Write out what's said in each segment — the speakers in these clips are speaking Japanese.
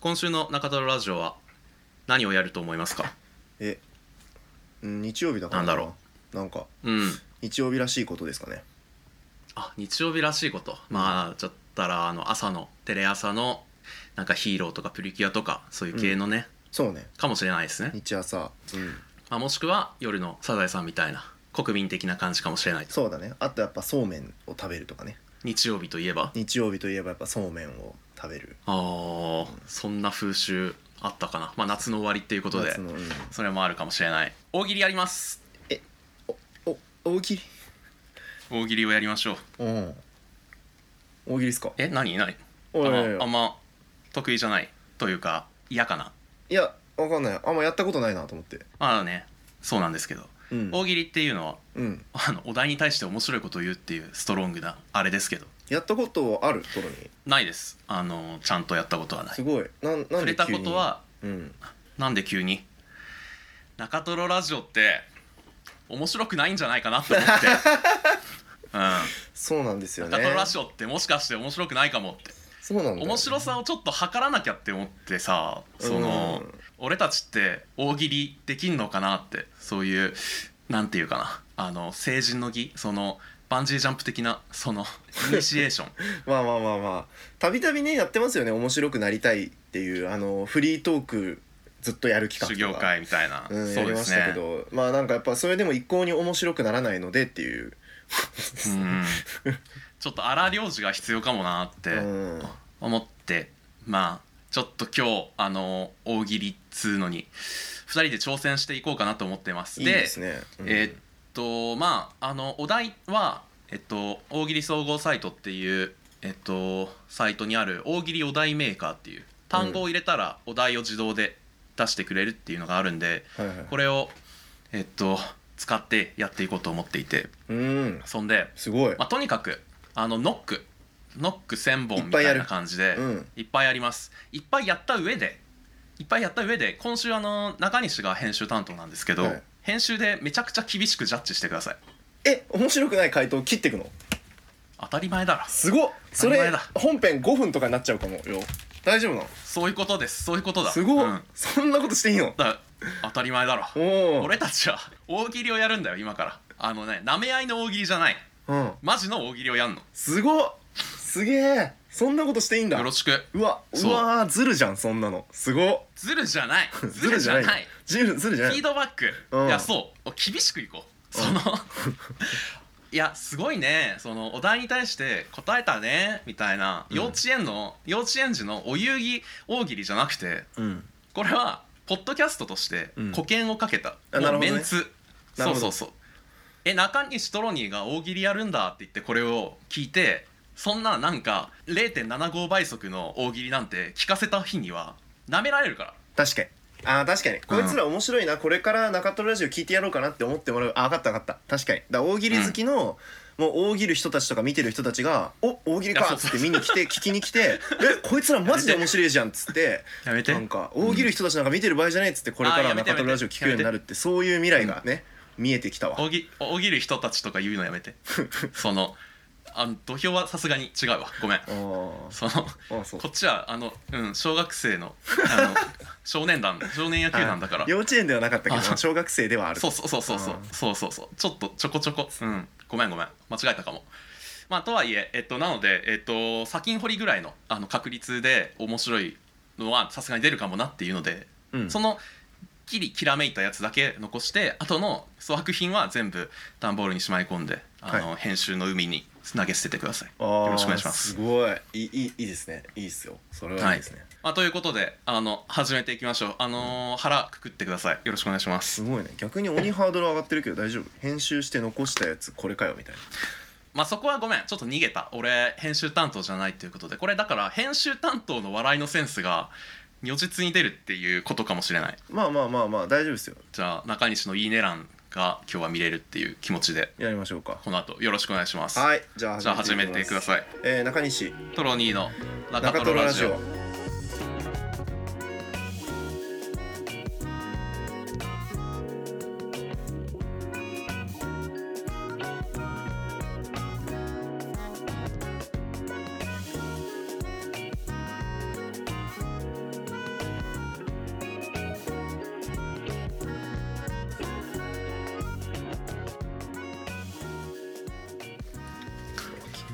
今週の中太郎ラジオは何をやると思いますかえうん日曜日だからなんだろうなんかうん日曜日らしいことですかねあ日曜日らしいことまあちょっとらあの朝のテレ朝のなんかヒーローとかプリキュアとかそういう系のね、そうねかもしれないですね、日朝うんまあ、もしくは夜のサザエさんみたいな国民的な感じかもしれないそうだねあとやっぱそうめんを食べるとかね日曜日といえば日曜日といえばやっぱそうめんを食べるあーそんな風習あったかな、まあ、夏の終わりっていうことで夏の、うん、それもあるかもしれない大喜利やりますお大喜利大喜利をやりましょううん大喜利っすかえ何何おいあおいおいのあんま得意じゃないというか嫌かないやわかんないあんまやったことないなと思ってまあねそうなんですけど、うん、大喜利っていうのはうん、あのお題に対して面白いことを言うっていうストロングなあれですけどやったことあるトロにないですあのちゃんとやったことはないすごいなんなん触で急にれたことはうんなんで急に中トロラジオって面白くないんじゃないかなって思 って、そうなんですうよん、ね中トロラジオってもしかして面白くないかもってそうなんだよね面白さをちょっと測らなきゃって思ってさその、うん俺たちって大喜利できんのかなってそういうなんていうかなあの成人の儀そのバンジージャンプ的なそ のイニシエーションまあまあまあまあたびたびねやってますよね面白くなりたいっていうあのフリートークずっとやる企修画行とか会みたいな、うん、そやうりでましすたけねど、まあなんかやっぱそれでも一向に面白くならないのでって いう、 うんちょっと荒領事が必要かもなってうん、思って、まあちょっと今日あの大喜利っつうのに2人で挑戦していこうかなと思ってますいいですね、うんえーっとまああのお題は、えっと、大喜利総合サイトっていう、えっと、サイトにある大喜利お題メーカーっていう単語を入れたらお題を自動で出してくれるっていうのがあるんで、はいはいこれを、えっと、使ってやっていこうと思っていてうんそんで、すごい、まあ、とにかくあのノックノック1000本みたいっぱいやいるな感じでうんいっぱいありますいっぱいやった上でいっぱいやった上で今週あの中西が編集担当なんですけど、はい編集でめちゃくちゃ厳しくジャッジしてくださいえ面白くない回答を切っていくの当たり前だろすごっそ当たれり前だ本編5分とかになっちゃうかもよ大丈夫なのそういうことですそういうことだすごっ、うんそんなことしていいのだ当たり前だろおお俺たちは大喜利をやるんだよ今からあのねなめ合いの大喜利じゃないうんマジの大喜利をやんのすごっすげえそんなことしていいんだよろしくうわうそうわーずるじゃんそんなのすごっズルじゃないズルじゃよないずるずるじゃなフィーいドバック、うんいやそう厳しくいこうその、 いやすごいねそのお題に対して答えたねみたいなうん幼稚園の、幼稚園児のお遊戯大喜利じゃなくてうんこれはポッドキャストとしてうん保険をかけた、あなるほどねメンツ、なそるうほどそうそうえ中西トロニーが大喜利やるんだって言ってこれを聞いてそんななんか0.75倍速の大喜利なんて聞かせた日にはなめられるから確かにあー確かにこいつら面白いな、これから中トロラジオ聞いてやろうかなって思ってもらうあ分かった分かった確かにだから大喜利好きの、もう大喜利人たちとか見てる人たちが「お大喜利いやか」そうっつって見に 来て聞きに来て「えこいつらマジで面白いじゃん」っつってやめてなんか大喜利人たちなんか見てる場合じゃないっつってこれかあーやらめて中トロラジオ聞くようになるってそういう未来がね、見えてきたわおぎおぎる人たちとか言うのやめ てそのあの土俵はさすがに違うわごめんあーそのあそうこっちはあの、うん、小学生のあの少年団少年野球団だからあ幼稚園ではなかったけあそどう小学生ではあるそうそうそうそうそうあーそうそうそうちょっとちょこちょこうんごめんごめん間違えたかもまあとはいええっとなのでえっと砂金掘りぐらいのあの確率で面白いのはさすがに出るかもなっていうのでうんそのきりきらめいたやつだけ残して後の粗悪品は全部段ボールにしまい込んであの、は編集の海に投げ捨ててくださいあーよろしくお願いしますすごいいいいいいいですねいいっすよそれはいいですね、まあ、ということであの始めていきましょうあのー腹くくってくださいよろしくお願いしますすごいね逆に鬼ハードル上がってるけど大丈夫編集して残したやつこれかよみたいまあそこはごめんちょっと逃げた俺編集担当じゃないということでこれだから編集担当の笑いのセンスが如実に出るっていうことかもしれないなまあまあまあまあ大丈夫ですよじゃあ中西の「いいね欄」が今日は見れるっていう気持ちでやりましょうかこの後よろしくお願いしますはいじゃあじゃあ始めてくだいさいきますえー、中西トロニーの中ト中ロトロララジジオオ「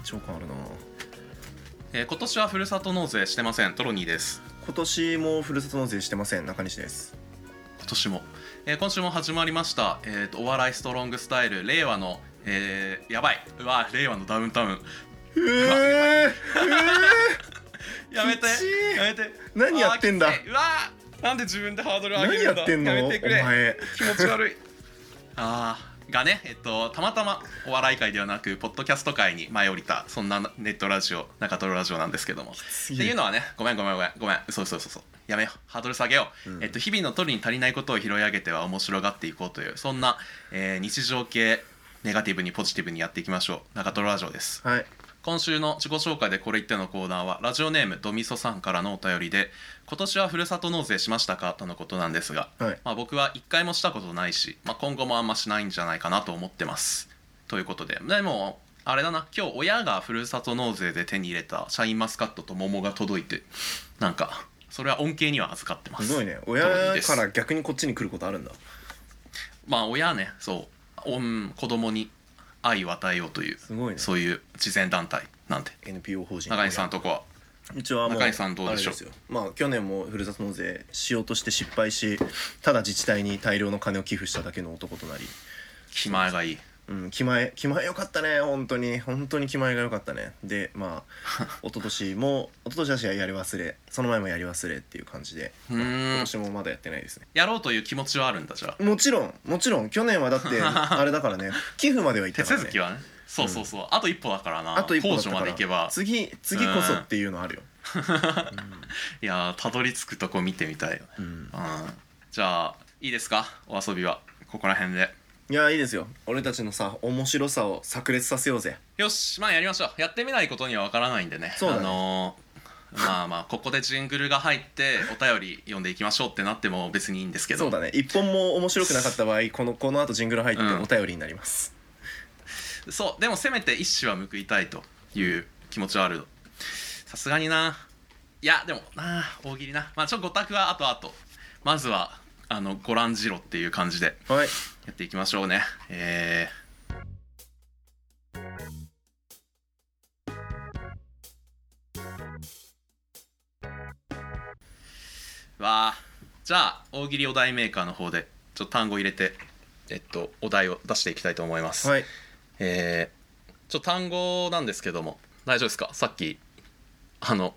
張感あるなえー今年はふるさと納税してませんトロニーです今年もふるさと納税してません中西です今年も、えー今週も始まりました、えーとお笑いストロングスタイル令和の、えーやばいうわ令和のダウンタウンえー、えやめてきちいやめて何やってんだあーきついうわーなんで自分でハードルー、上げ何るやんだってんのやおめてくれ前気持ち悪い あーがねえっとたまたまお笑い界ではなくポッドキャスト界に舞い降りたそんなネットラジオ中トロラジオなんですけどもすってげいえうのはねごめんごめんごめんごめん嘘嘘嘘嘘やめようハードル下げよう、うんえっと、日々の取るに足りないことを拾い上げては面白がっていこうというそんな、えー日常系ネガティブにポジティブにやっていきましょう中トロラジオですはい今週の自己紹介でこれ言ってのコーナーはラジオネームドミソさんからのお便りで今年はふるさと納税しましたかとのことなんですが、はいまあ、僕は一回もしたことないし、まあ、今後もあんましないんじゃないかなと思ってますということででもあれだな今日親がふるさと納税で手に入れたシャインマスカットと桃が届いてなんかそれは恩恵には預かってますすごいねトロニー親ですから逆にこっちに来ることあるんだまあ親ねそうおん子供に愛を与えようというすごいねそういう慈善団体なんで NPO 法人中西さんとこはうちはもう中井さんどうでしょうあれすよまあ去年もふるさと納税しようとして失敗しただ自治体に大量の金を寄付しただけの男となり気前がいいうん気前気前よかったね本当に本当に気前が良かったねでまあ 一昨年も一昨年はしやり忘れその前もやり忘れっていう感じでうー今ん年もまだやってないですねやろうという気持ちはあるんだじゃあもちろんもちろん去年はだっ てあれだからね寄付までは行っ手たから続ねきはねそうそうそう、あと一歩だからなあと一歩だ控っ除たまかでら行けば次次こそっていうのあるよ、いやーたどり着くとこ見てみたいよね、うん、うん、じゃあいいですかお遊びはここら辺でいやいいですよ俺たちのさ面白さを炸裂させようぜよしまあやりましょうやってみないことにはわからないんでねそうだねあのーまあまあここでジングルが入ってお便り読んでいきましょうってなっても別にいいんですけどそうだね一本も面白くなかった場合このこの後ジングル入ってうんお便りになります、そうでもせめて一矢は報いたいという気持ちはあるさすがにないやでもなあ大喜利なまあちょっと5択は後々まずはあのご覧じろっていう感じではいやっていきましょうねえーわあじゃあ大喜利お題メーカーの方でちょっと単語入れてえっとお題を出していきたいと思います、はいえー、ちょっと単語なんですけども大丈夫ですかさっきあの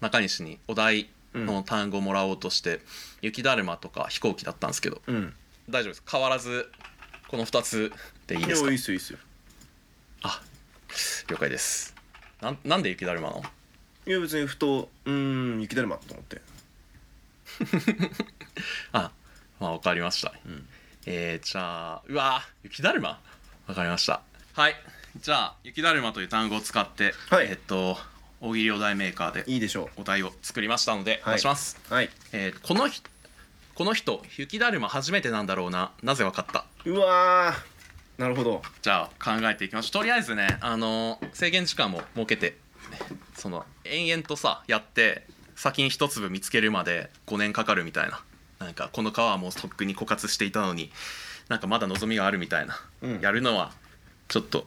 中西にお題の単語もらおうとして、雪だるまとか飛行機だったんですけどうん大丈夫です変わらずこの2つでいいいですやかいいっすよいいっすよあ了解ですなんなんで雪だるまなのいや別にふとうーん雪だるまと思ってあまあ分かりました、んえー、じゃあうわー雪だるま分かりましたはいじゃあ雪だるまという単語を使って、はいえっと大喜利お題メーカーでいいでしょお題を作りましたので、はい出します、うはいえーこのひこの人雪だるま初めてなんだろうななぜわかったうわーなるほどじゃあ考えていきましょうとりあえずねあのー制限時間も設けてその延々とさやって先に一粒見つけるまで5年かかるみたいななんかこの川はもうとっくに枯渇していたのになんかまだ望みがあるみたいな、うんやるのはちょっと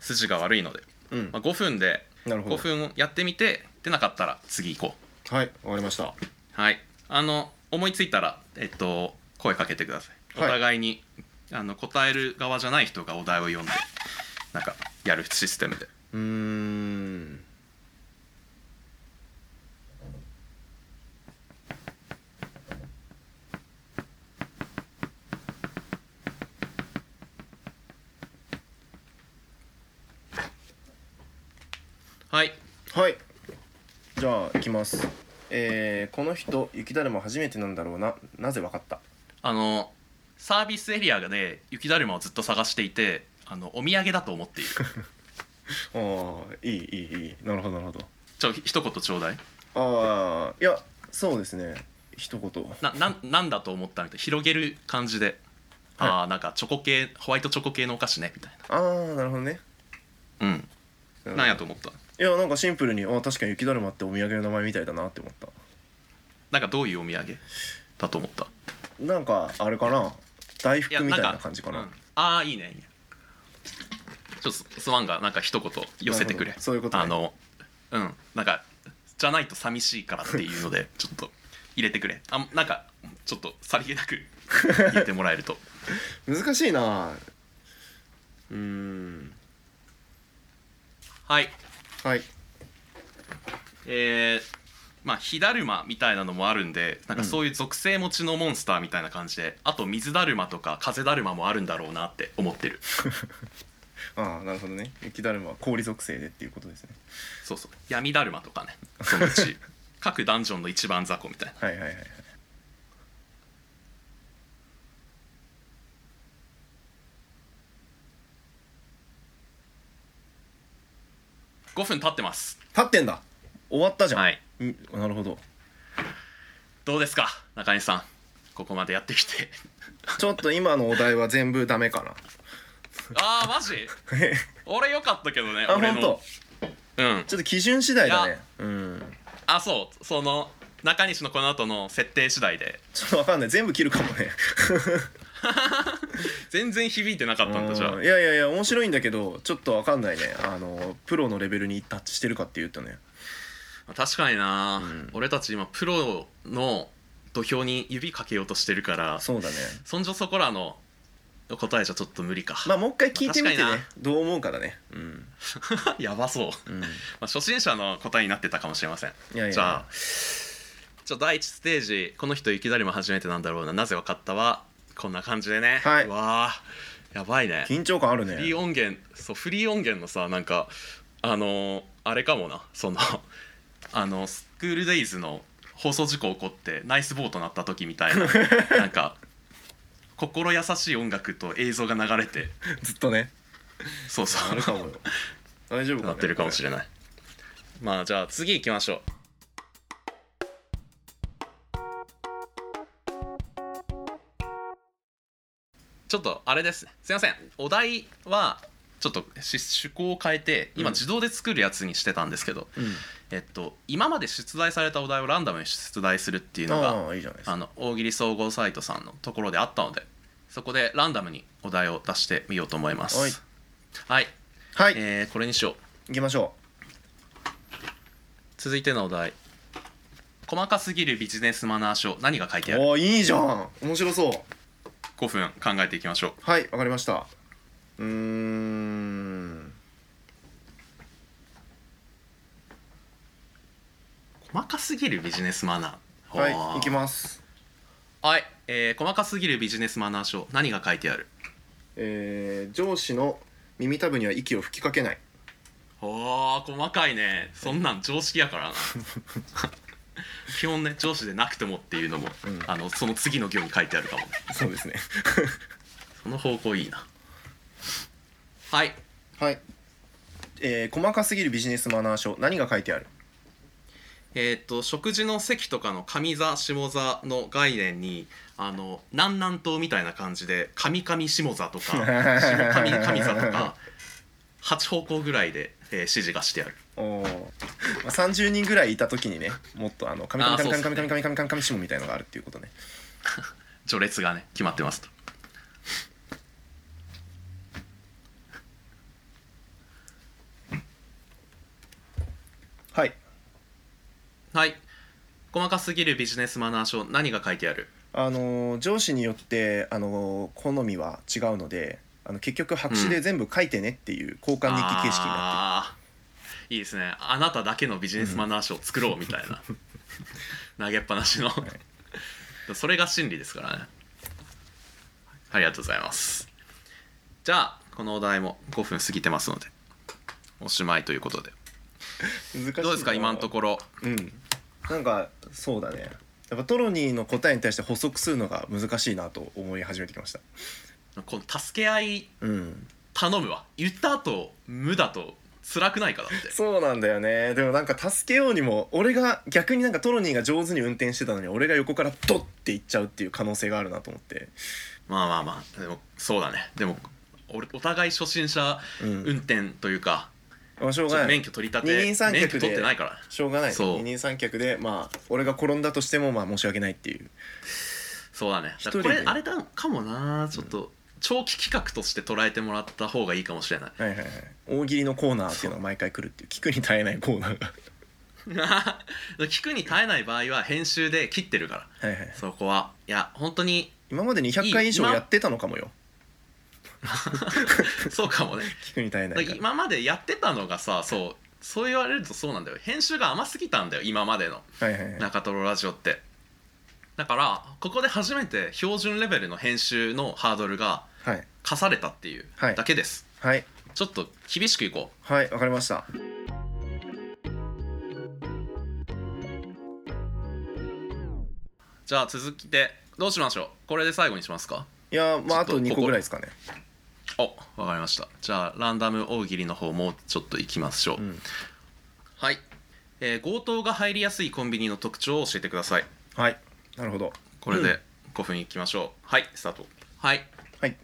筋が悪いので、うんまあ、5分でなるほど5分やってみて出なかったら次行こうはいわかりましたはい。あの思いついたらえっと声かけてください。おはい互いに、あの答える側じゃない人がお題を読んでなんかやるシステムで。うーんはい。はいじゃあいきますえー、この人雪だるま初めてなんだろうななぜわかったあのサービスエリアで雪だるまをずっと探していて。あのお土産だと思って いるあーいいいいいいなるほどなるほどちょひ一言ちょうだいああいやそうですね一言ななんなんだと思ったみたいな広げる感じで、はいああなんかチョコ系ホワイトチョコ系のお菓子ねみたいああなるほどねなうん、うんなんやと思ったいやなんかシンプルにあ確かに雪だるまってお土産の名前みたいだなって思ったなんかどういうお土産だと思ったなんかあれかな大福みたいな感じかなああーいいねいいねちょっとスワンがなんか一言寄せてくなるれほどそういうことねあのうんなんかじゃないと寂しいからっていうの でちょっと入れてくれあなんかちょっとさりげ なく言ってもらえると難しいなうーんはいはいえー、まあ火だるまみたいなのもあるんでなんかそういう属性持ちのモンスターみたいな感じで、あと水だるまとか風だるまもあるんだろうなって思ってるああなるほどね雪だるまは氷属性でっていうことですねそうそう闇だるまとかねそのう ち各ダンジョンの一番雑魚みたいなはいはいはいはい5分経ってます立ってんだ終わったじゃん、はいうんなるほどどうですか中西さんここまでやってき てちょっと今のお題は全部ダメかなあーマジ 俺よかったけどねあ俺本の当うんちょっと基準次第だねうんあそうその中西のこの後の設定次第でちょっとわかんない全部切るかもね全然響いてなかったんだじゃあうんいやいやいや面白いんだけどちょっとわかんないねあのプロのレベルにタッチしてるかっていうとね確かにな、うん俺たち今プロの土俵に指かけようとしてるからそうだねそんじょそこらの答えじゃちょっと無理か、まあもう一回聞いてみてね確かになどう思うかだねうん、 やばそう、うん、まあ、初心者の答えになってたかもしれませんいやいやじゃあじゃあ第1ステージこの人雪だるま初めてなんだろうななぜわかったはこんな感じでね、はいうわあやばいね緊張感あるねフリー音源そうフリー音源のさなんかあのーあれかもなその あのスクールデイズの放送事故起こってナイスボートなった時みた いななんか心優しい音楽と映像が流れてずっとねそうそあるかうもよ大丈夫かなってるかもしれれないまあじゃあ次行きましょうちょっとあれですねすいませんお題はちょっとし趣向を変えて今うん自動で作るやつにしてたんですけど、ない、えっと今まで出題されたお題をランダムに出題するっていううん、のがああいいじゃないですあかの大喜利総合サイトさんのところであったのでそこでランダムにお題を出してみようと思いますはいはい、はい、えーこれにしよう行きましょ続いてのお題細かすぎるビジネスマナー書何が書いてうあるおーいいじゃん面白そう5分考えていきましょうはいわかりましたうーん細かすぎるビジネスマナーはいほう行きますはい、えー細かすぎるビジネスマナー書何が書いてあるえー、上司の耳たぶには息を吹きかけないおー細かいねそんなん常識や からな基本ね上司でなくてもっていうのも、うんあのその次の行に書いてあるかもねそうですねその方向いいなはいはい、えー、細かすぎるビジネスマナー書何が書いてあるえーっと食事の席とかの上座下座の概念にあの南南東みたいな感じで上上下座とか下上上座とか8方向ぐらいで、えー指示がしてあるおーまあ、30人ぐらいいた時にねもっとあの「カミカミカミカミカミカミカミカミカミカミシモ」みたいのがあるっていうことね序列がね決まってますとはいはい細かすぎるビジネスマナー書何が書いてあるあのー上司によって、あのー好みは違うのであの結局白紙で全部書いてねっていう交換日記形式になってあーいいですねあなただけのビジネスマナー書を作ろうみたいな 投げっぱなしのそれが真理ですからねありがとうございますじゃあこのお題も5分過ぎてますのでおしまいということでる、難しいどうですか今のとこころうんなんかそうだねやっぱトロニーの答えに対して補足するのが難しいなと思い始めてきましたこの助け合いうん頼むわ言った後無だと辛くないかだってそうなんだよねでもなんか助けようにも俺が逆になんかトロニーが上手に運転してたのに俺が横からドッて行っちゃうっていう可能性があるなと思って、 まあまあまあでもそうだねでも俺お互い初心者うん運転というか、まあしょうちょっとがない免許取り立二人て三脚で免許取ってないからねしょうがないそう二人三脚でまあ俺が転んだとしてもまあ申し訳ないっていうそうだねだから一人こでれあれだかもなちょっと長期企画として捉えてもらった方がいいかもしれない はいはいはい大喜利のコーナーっていうのが毎回来るっていう聞くに耐えないコーナーが聞くに耐えない場合は編集で切ってるから はいはいはいそこはいや本当に今まで200回以上やってたのかもよそうかもね聞くに耐えだ なからいから今までやってたのがさそうそう言われるとそうなんだよ編集が甘すぎたんだよ今までのはいはいはい中トロラジオってだからここで初めて標準レベルの編集のハードルがはい課されたっていうはいだけです、はいちょっと厳しくいこうはいわかりましたじゃあ続きでどうしましょうこれで最後にしますかいやーまああちょとっと2こ個こぐらいですかねおわかりましたじゃあランダム大喜利の方もうちょっといきましょう、うんはい、えー強盗が入りやすいコンビニの特徴を教えてくださいはいなるほどこれで5分いきましょう、はいスタートはいはい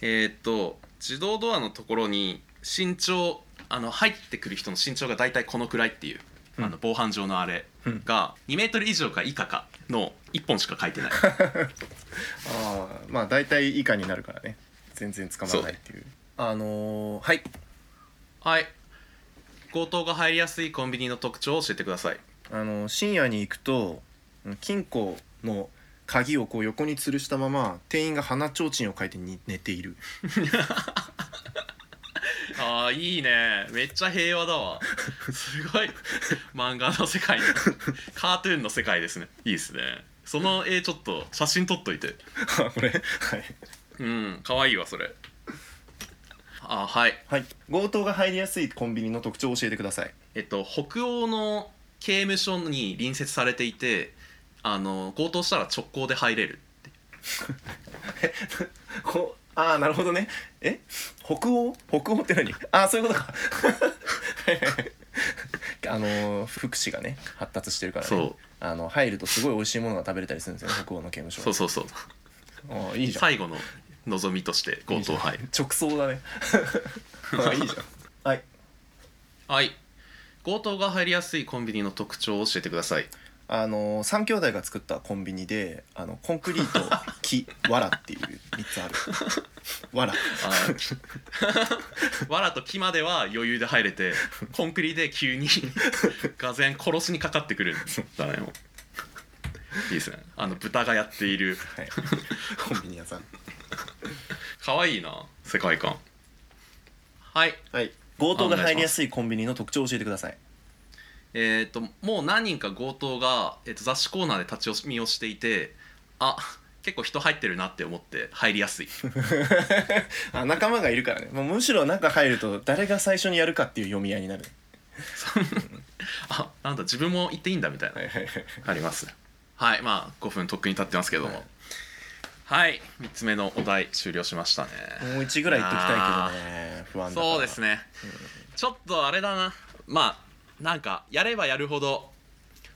えーっと自動ドアのところに身長あの入ってくる人の身長が大体このくらいっていう、うんあの防犯上のあれうんが2メートル以上か以下かの1本しか書いて ないああまあ大体以下になるからね全然捕まらないっていうあのー、はいはい強盗が入りやすいコンビニの特徴を教えてくださいあの深夜に行くとうん金庫の鍵をこう横に吊るしたまま店員が鼻ちょうちんを書いてに寝ている あーいいねめっちゃ平和だわすごい漫画の世界のカートゥーンの世界ですねいいですねその絵ちょっと写真撮っといてあこれはい、うん可愛いわそれあはいはい、強盗が入りやすいコンビニの特徴を教えてくださいえっと北欧の刑務所に隣接されていてあの強盗したら直行で入れるこああなるほどねえ北欧北欧って何ああそういうことか あのー福祉がね発達してるからねそうあの入るとすごい美味しいものが食べれたりするんですよね北欧の刑務所そうはそうそうああいいじゃん最後の望みとして強盗入る直送だ ねああいいじゃん はいはい強盗が入りやすいコンビニの特徴を教えてくださいあの三兄弟が作ったコンビニであのコンクリート木藁っていう3つある 藁あーわらと木までは余裕で入れてコンクリで急にがぜん殺しにかかってくるんだねもういいですねあの豚がやっているはいコンビニ屋さん可愛いな世界観はいはい強盗が入りやすいコンビニの特徴を教えてくださいえー、ともう何人か強盗が、えー、と雑誌コーナーで立ち読みをしていてあ結構人入ってるなって思って入りや すいあ仲間がいるからねもうむしろ中入ると誰が最初にやるかっていう読み合いになるあなんだ自分も行っていいんだみたいな、いはいはいありますはいまあ5分とっくに経ってますけどもはいはい、三3つ目のお題終了しましたねもう1ぐらい言っときたいけどね不安だからそうですね、ちょっとあれだなまあなんかやればやるほど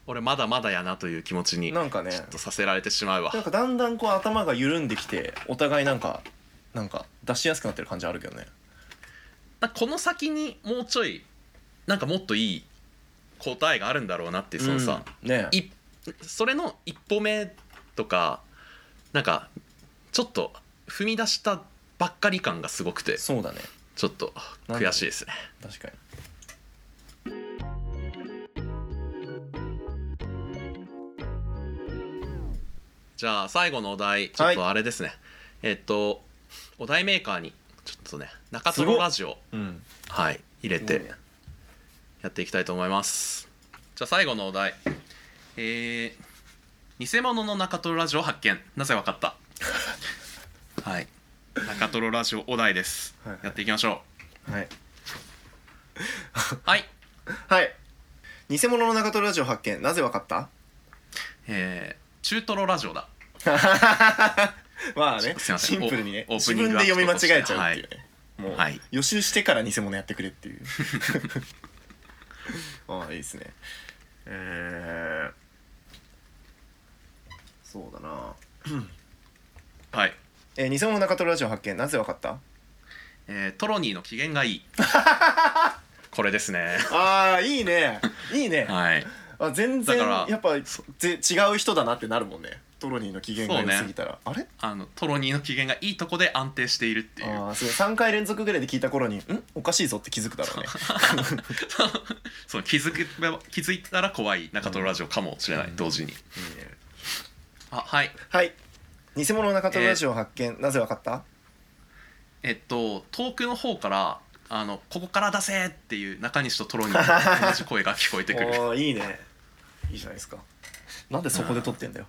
俺まだまだやなという気持ちにちょなんかねっとさせられてしまうわなんかだんだんこう頭が緩んできてお互いなんかなんか出しやすくなってる感じあるけどねなんかこの先にもうちょいなんかもっといい答えがあるんだろうなってそのさ、うんねいそれの一歩目とかなんかちょっと踏み出したばっかり感がすごくてそうだねちょっと悔しいですね確かにじゃあ最後のお題ちょっとあれですね、えっとお題メーカーにちょっとね中トロラジオうんはい入れてやっていきたいと思いますじゃあ最後のお題えー、偽物の中トロラジオ発見なぜわかった はい中トロラジオお題です、はいはいやっていきましょはい、うはいはい、偽物の中トロラジオ発見なぜわかったえー、中トロラジオだ まあねすいませシんンプルにねオー自プニン分グで読み間違えちゃうっていうね、もう、はい予習してから偽物やってくれって いうああいいですねえー、そうだな、はいえー、偽物の中トロラジオ発見なぜわかったえー、トロニーの 機嫌がいいこれですね ああいいねいいねはいあ全然だからやっぱぜ違う人だなってなるもんねトロニーの機嫌が良すぎたら、あれあのトロニーの機嫌がいいとこで安定しているっていうあーすごい3回連続ぐらいで聞いた頃に「んおかしいぞ」って気づくだろ うねその気づけば気づいたら怖い中トロラジオかもしれない、うん同時にあはいはい偽物の中トロラジオ発見、なぜわかったえっと遠くの方からあのここから出せっていう中西とトロニーの同じ声が聞こえてくる おーいいねいいじゃないですかなんでそこで撮ってんだよ、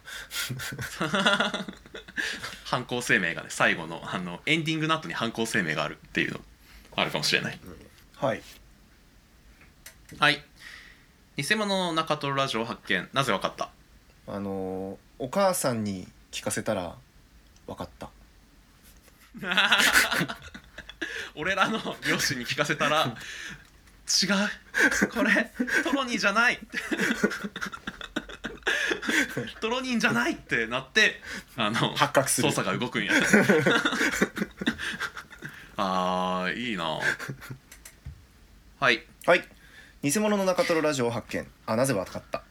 犯行声明がね最後のあのエンディングの後に犯行声明があるっていうのあるかもしれない はいはい偽物の中トロラジオ発見なぜわかったあのーお母さんに聞かせたらわかった俺らの両親に聞かせたら違うこれトロニーじゃない トロニーじゃないってなってあの発覚する捜査が動くんや あーいいなはいはい偽物の中トロラジオ発見あなぜわかった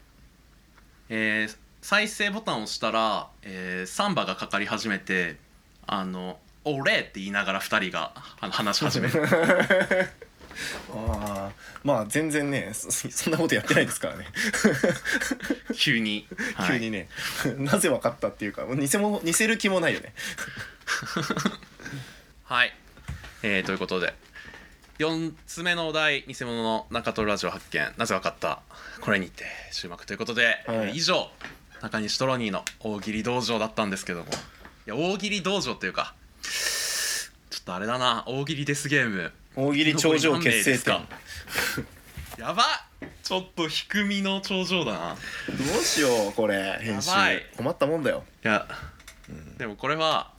えー再生ボタンを押したら、えーサンバがかかり始めて「あの俺!」って言いながら2人があの話し始める ああまあ全然ねそ そんなことやってないですからね、急に、はい 急にねなぜ分かったっていうかもう偽も偽る気もないよねはい、えーということで4つ目のお題「偽物の中トロラジオ発見なぜわかった?」これにて終幕ということで、えー以上中西トロニーの大喜利道場だったんですけどもいや大喜利道場っていうかちょっとあれだな大喜利デスゲーム大喜利頂上残り結成か何名ですか やばちょっと低みの頂上だなどうしようこれ編集やばい困ったもんだよいや、でもこれは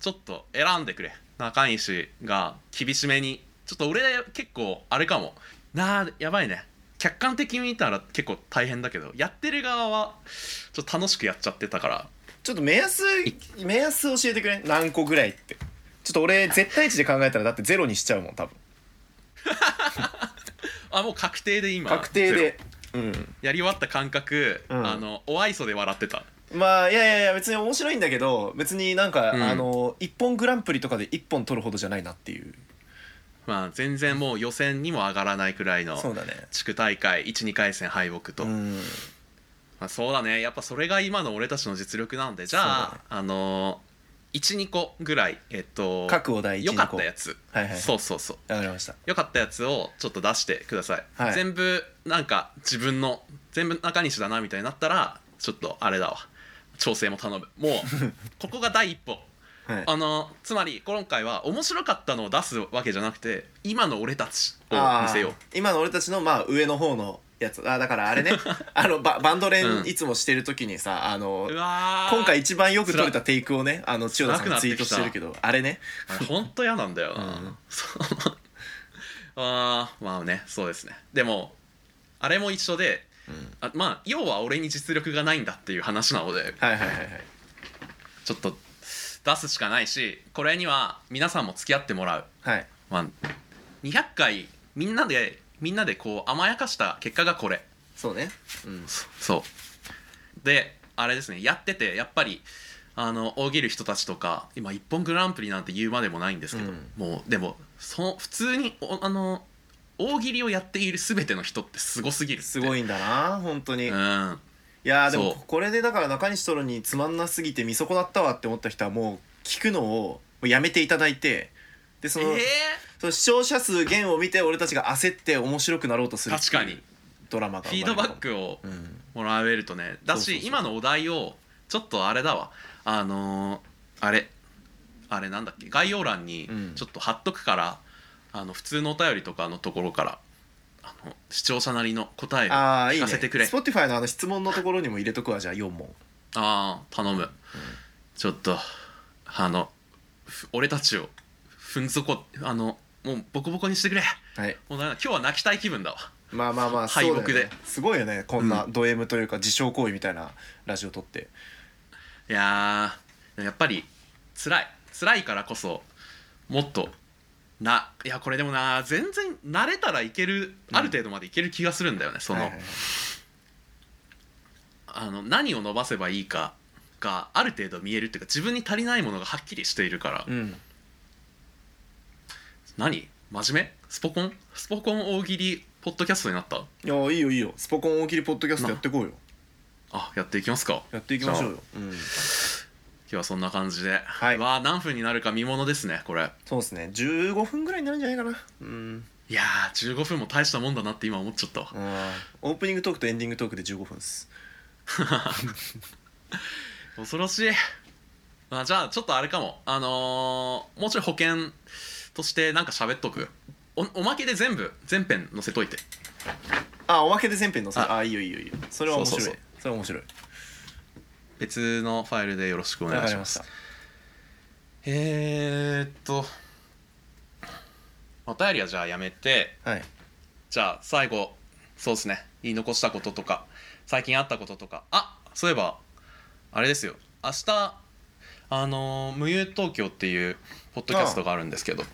ちょっと選んでくれ中西が厳しめにちょっと俺結構あれかもなあやばいね客観的に見たら結構大変だけどやってる側はちょっと楽しくやっちゃってたからちょっと目安目安教えてくれ何個ぐらいってちょっと俺絶対値で考えたらだってゼロにしちゃうもん多分あもう確定で今確定ゼでうんロやり終わった感覚、うんあのお愛想で笑ってたまあいやいやいや別に面白いんだけど別になんか、うんあの一本グランプリとかで一本取るほどじゃないなっていうまあ全然もう予選にも上がらないくらいのそうだね地区大会12回戦敗北と、うんまあ、そうだねやっぱそれが今の俺たちの実力なんでじゃあ、そうだねあのー、12個ぐらいえっと各お題1良かったやつ、はいはいはいそうそうそうわかりました良かったやつをちょっと出してください、はい全部なんか自分の全部中西だなみたいになったらちょっとあれだわ調整も頼むも うここが第一歩はいあのつまり今回は面白かったのを出すわけじゃなくて今の俺たちをあー見せよう今の俺たちのまあ上の方のやつあだから あれねあのババンドう練んいつもしてる時にさあのうわー今回一番よく撮れたテイクをねあの千代田さんがツイートしてるけどあれねあれほんと嫌なんだよな、うん そうあーまあねそうですねでもあれも一緒で、んあまあ要は俺に実力がないんだっていう話なのではいはいはいはいちょっと出すしかないしこれには皆さんも付き合ってもらう、はいまあ、200回みんなでみんなでこう甘やかした結果がこれそうねうんそそうであれですねやっててやっぱりあの大喜利人たちとか今「一本グランプリ」なんて言うまでもないんですけど、うんもうでもその普通におあの大喜利をやっている全ての人ってすごすぎるってすごいんだな本当に、ういんやーでもそうこれでだから中西トロにつまんなすぎて見損なったわって思った人はもう聞くのをもうやめていただいてでそえの,、その視聴者数減を見て俺たちが焦って面白くなろうとすーる確かにドラマがフ生ィまーれドるバかもックをうんもらえるとねだしそうそうそう今のお題をちょっとあれだわあのーあれあれなんだっけ概要欄にうんちょっと貼っとくから、あの普通のお便りとかのところからあの視聴者なりの答えをああいい聞ねかせてくれあ Spotify のあの質問のところにも入れとくわじゃあ4問あー頼む、ちょっとあのふ俺たちをふんぞこあのもうボコボコにしてくれはいもうダメだ今日は泣きたい気分だわまあまあまあ 敗北そうだよねですごいよねこんなド M というか自傷行為みたいなラジオ撮っていやーやっぱり辛い辛いからこそもっとないやこれでもな全然慣れたらいけるある程度までいける気がするんだよね、その、はいはいはいあの何を伸ばせばいいかがある程度見えるっていうか自分に足りないものがはっきりしているから、うん何真面目スポコンスポコン大喜利ポッドキャストになったいやいいよいいよスポコン大喜利ポッドキャストやってこうよあやっていきますかやっていきましじゃょうあよ、うん、今日はそんな感じで、はいわあ何分になるか見ものですねこれそうですね15分ぐらいになるんじゃないかなうんいやー15分も大したもんだなって今思っちゃったわオープニングトークとエンディングトークで15分です恐ろしい、まあ、じゃあちょっとあれかもあのーもうちょい保険としてなんか喋っとくおおまけで全部全編載せといてあおまけで全編載せるああいいよいいよいいよそれは面白いそそうそうれは面白い別のファイルでよろしくおわ願いかしりまますしたえー、っとお便りはじゃあやめてはいじゃあ最後そうですね言い残したこととか最近あったこととかあそういえばあれですよ明日あのー無憂東京」っていうポッドキャストがあるんですけど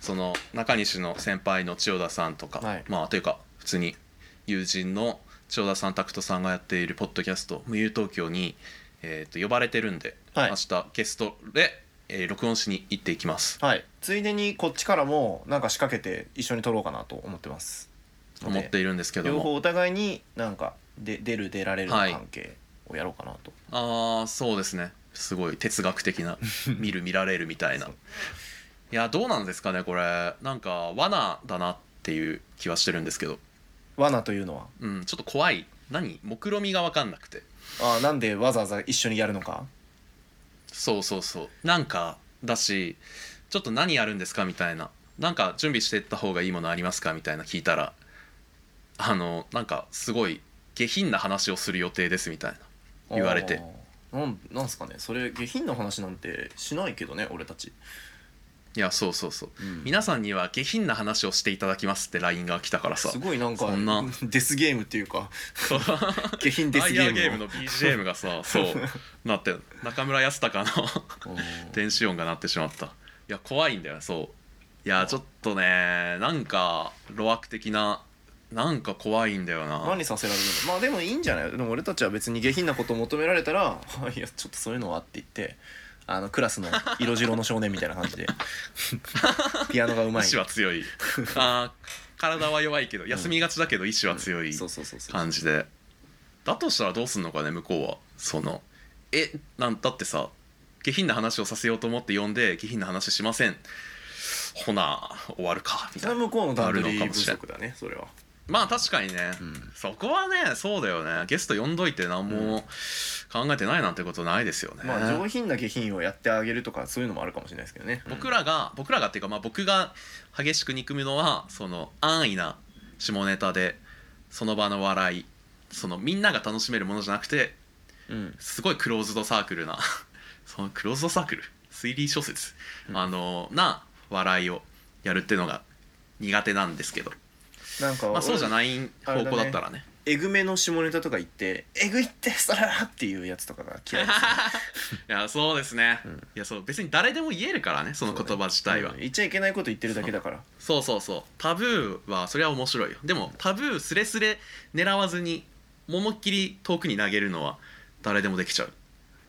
その中西の先輩の千代田さんとか、はいまあというか普通に友人の千代田さん拓人さんがやっているポッドキャスト「無憂東京に」えーと呼ばれてるんで、はい明日ゲストで、えー録音しに行っていきます。はいついでにこっちからもなんか仕掛けて一緒に撮ろうかなと思ってます思っているんですけども両方お互いになんかで出る出られるのはい関係をやろうかなと、ああそうですねすごい哲学的 な見る見られるみたいなそいうやどうなんですかねこれなんか罠だなっていう気はしてるんですけど罠というのはうんちょっと怖い何目論みが分かんなくてあーなんでわざわざ一緒にやるのかそうそうそうなんかだしちょっと何やるんですかみたいななんか準備していった方がいいものありますかみたいな聞いたらあのなんかすごい下品な話をする予定ですみたいな言われてあーなんなんすかねそれ下品な話なんてしないけどね俺たち、いやそうそうそううん皆さんには下品な話をしていただきますって LINE が来たからさすごいなんかそんなデスゲームってい うかそう 下品デダスイゲヤーームゲームの BGM がさそうなって中村康隆の うん電子音が鳴ってしまったいや怖いんだよそういやちょっとねなんか路悪的ななんか怖いんだよな何させられるのまあでもいいんじゃないでも俺たちは別に下品なことを求められたら 「いやちょっとそういうのは」って言ってあのクラスの色白の少年みたいな感じ でピアノがう意まい志は強 いあー体は弱いけど休みがちだけど意志は強いそうそうそうそう感じでだとしたらどうすんのかね向こうはそのえなんだってさ下品な話をさせようと思って呼んで下品な話しませんほな終わるかみそたれいはな向こうの段取あるのりか不もしれん足だねそれはまあ確かにね、うんそこはねそうだよねゲスト呼んどいて何も考えてないなんてことないですよね、まあ上品な下品をやってあげるとかそういうのもあるかもしれないですけどね僕らが僕らがっていうかまあ僕が激しく憎むのはその安易な下ネタでその場の笑いそのみんなが楽しめるものじゃなくてうんすごいクローズドサークルな そのクローズドサークル推理小説、うんあのな笑いをやるっていうのが苦手なんですけど、なんかまあ、そうじゃないあ方れだね向だったらねえぐめの下ネタとか言って「えぐいってそら!」っていうやつとかが嫌いです、ね、 いやそうですね、うんいやそう別に誰でも言えるからねその言葉自体はうん言っちゃいけないこと言ってるだけだからそうそうそうタブーはそれは面白いよでもタブーすれすれ狙わずに思いっきり遠くに投げるのは誰でもできちゃう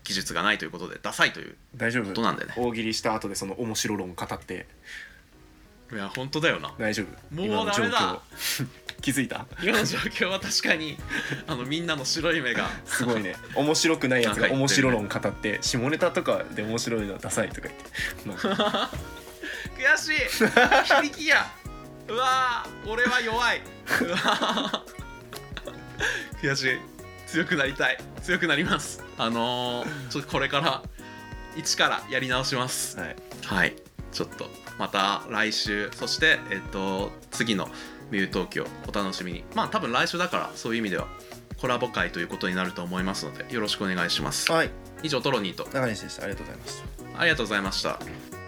技術がないということでダサいという大丈こと夫なんでね大喜利した後でその面白論語っていや本当だよな大丈夫もうダメだ 気 づいた今 の状況は確かにあのみんなの白い目がすごいね面白くないやなつんがか言面ってる白論語って下ネタとかで面白いのはダサいとか言ってなんか悔しい響きやうわー俺は弱いうわー悔しい強くなりたい強くなりますあのー、ちょっとこれから一からやり直します はいはいちょっとまた来週そしてえっと次の「ミュー東京」お楽しみにまあ多分来週だからそういう意味ではコラボ会ということになると思いますのでよろしくお願いしますはい以上トロニーと中西でしたありがとうございましたありがとうございました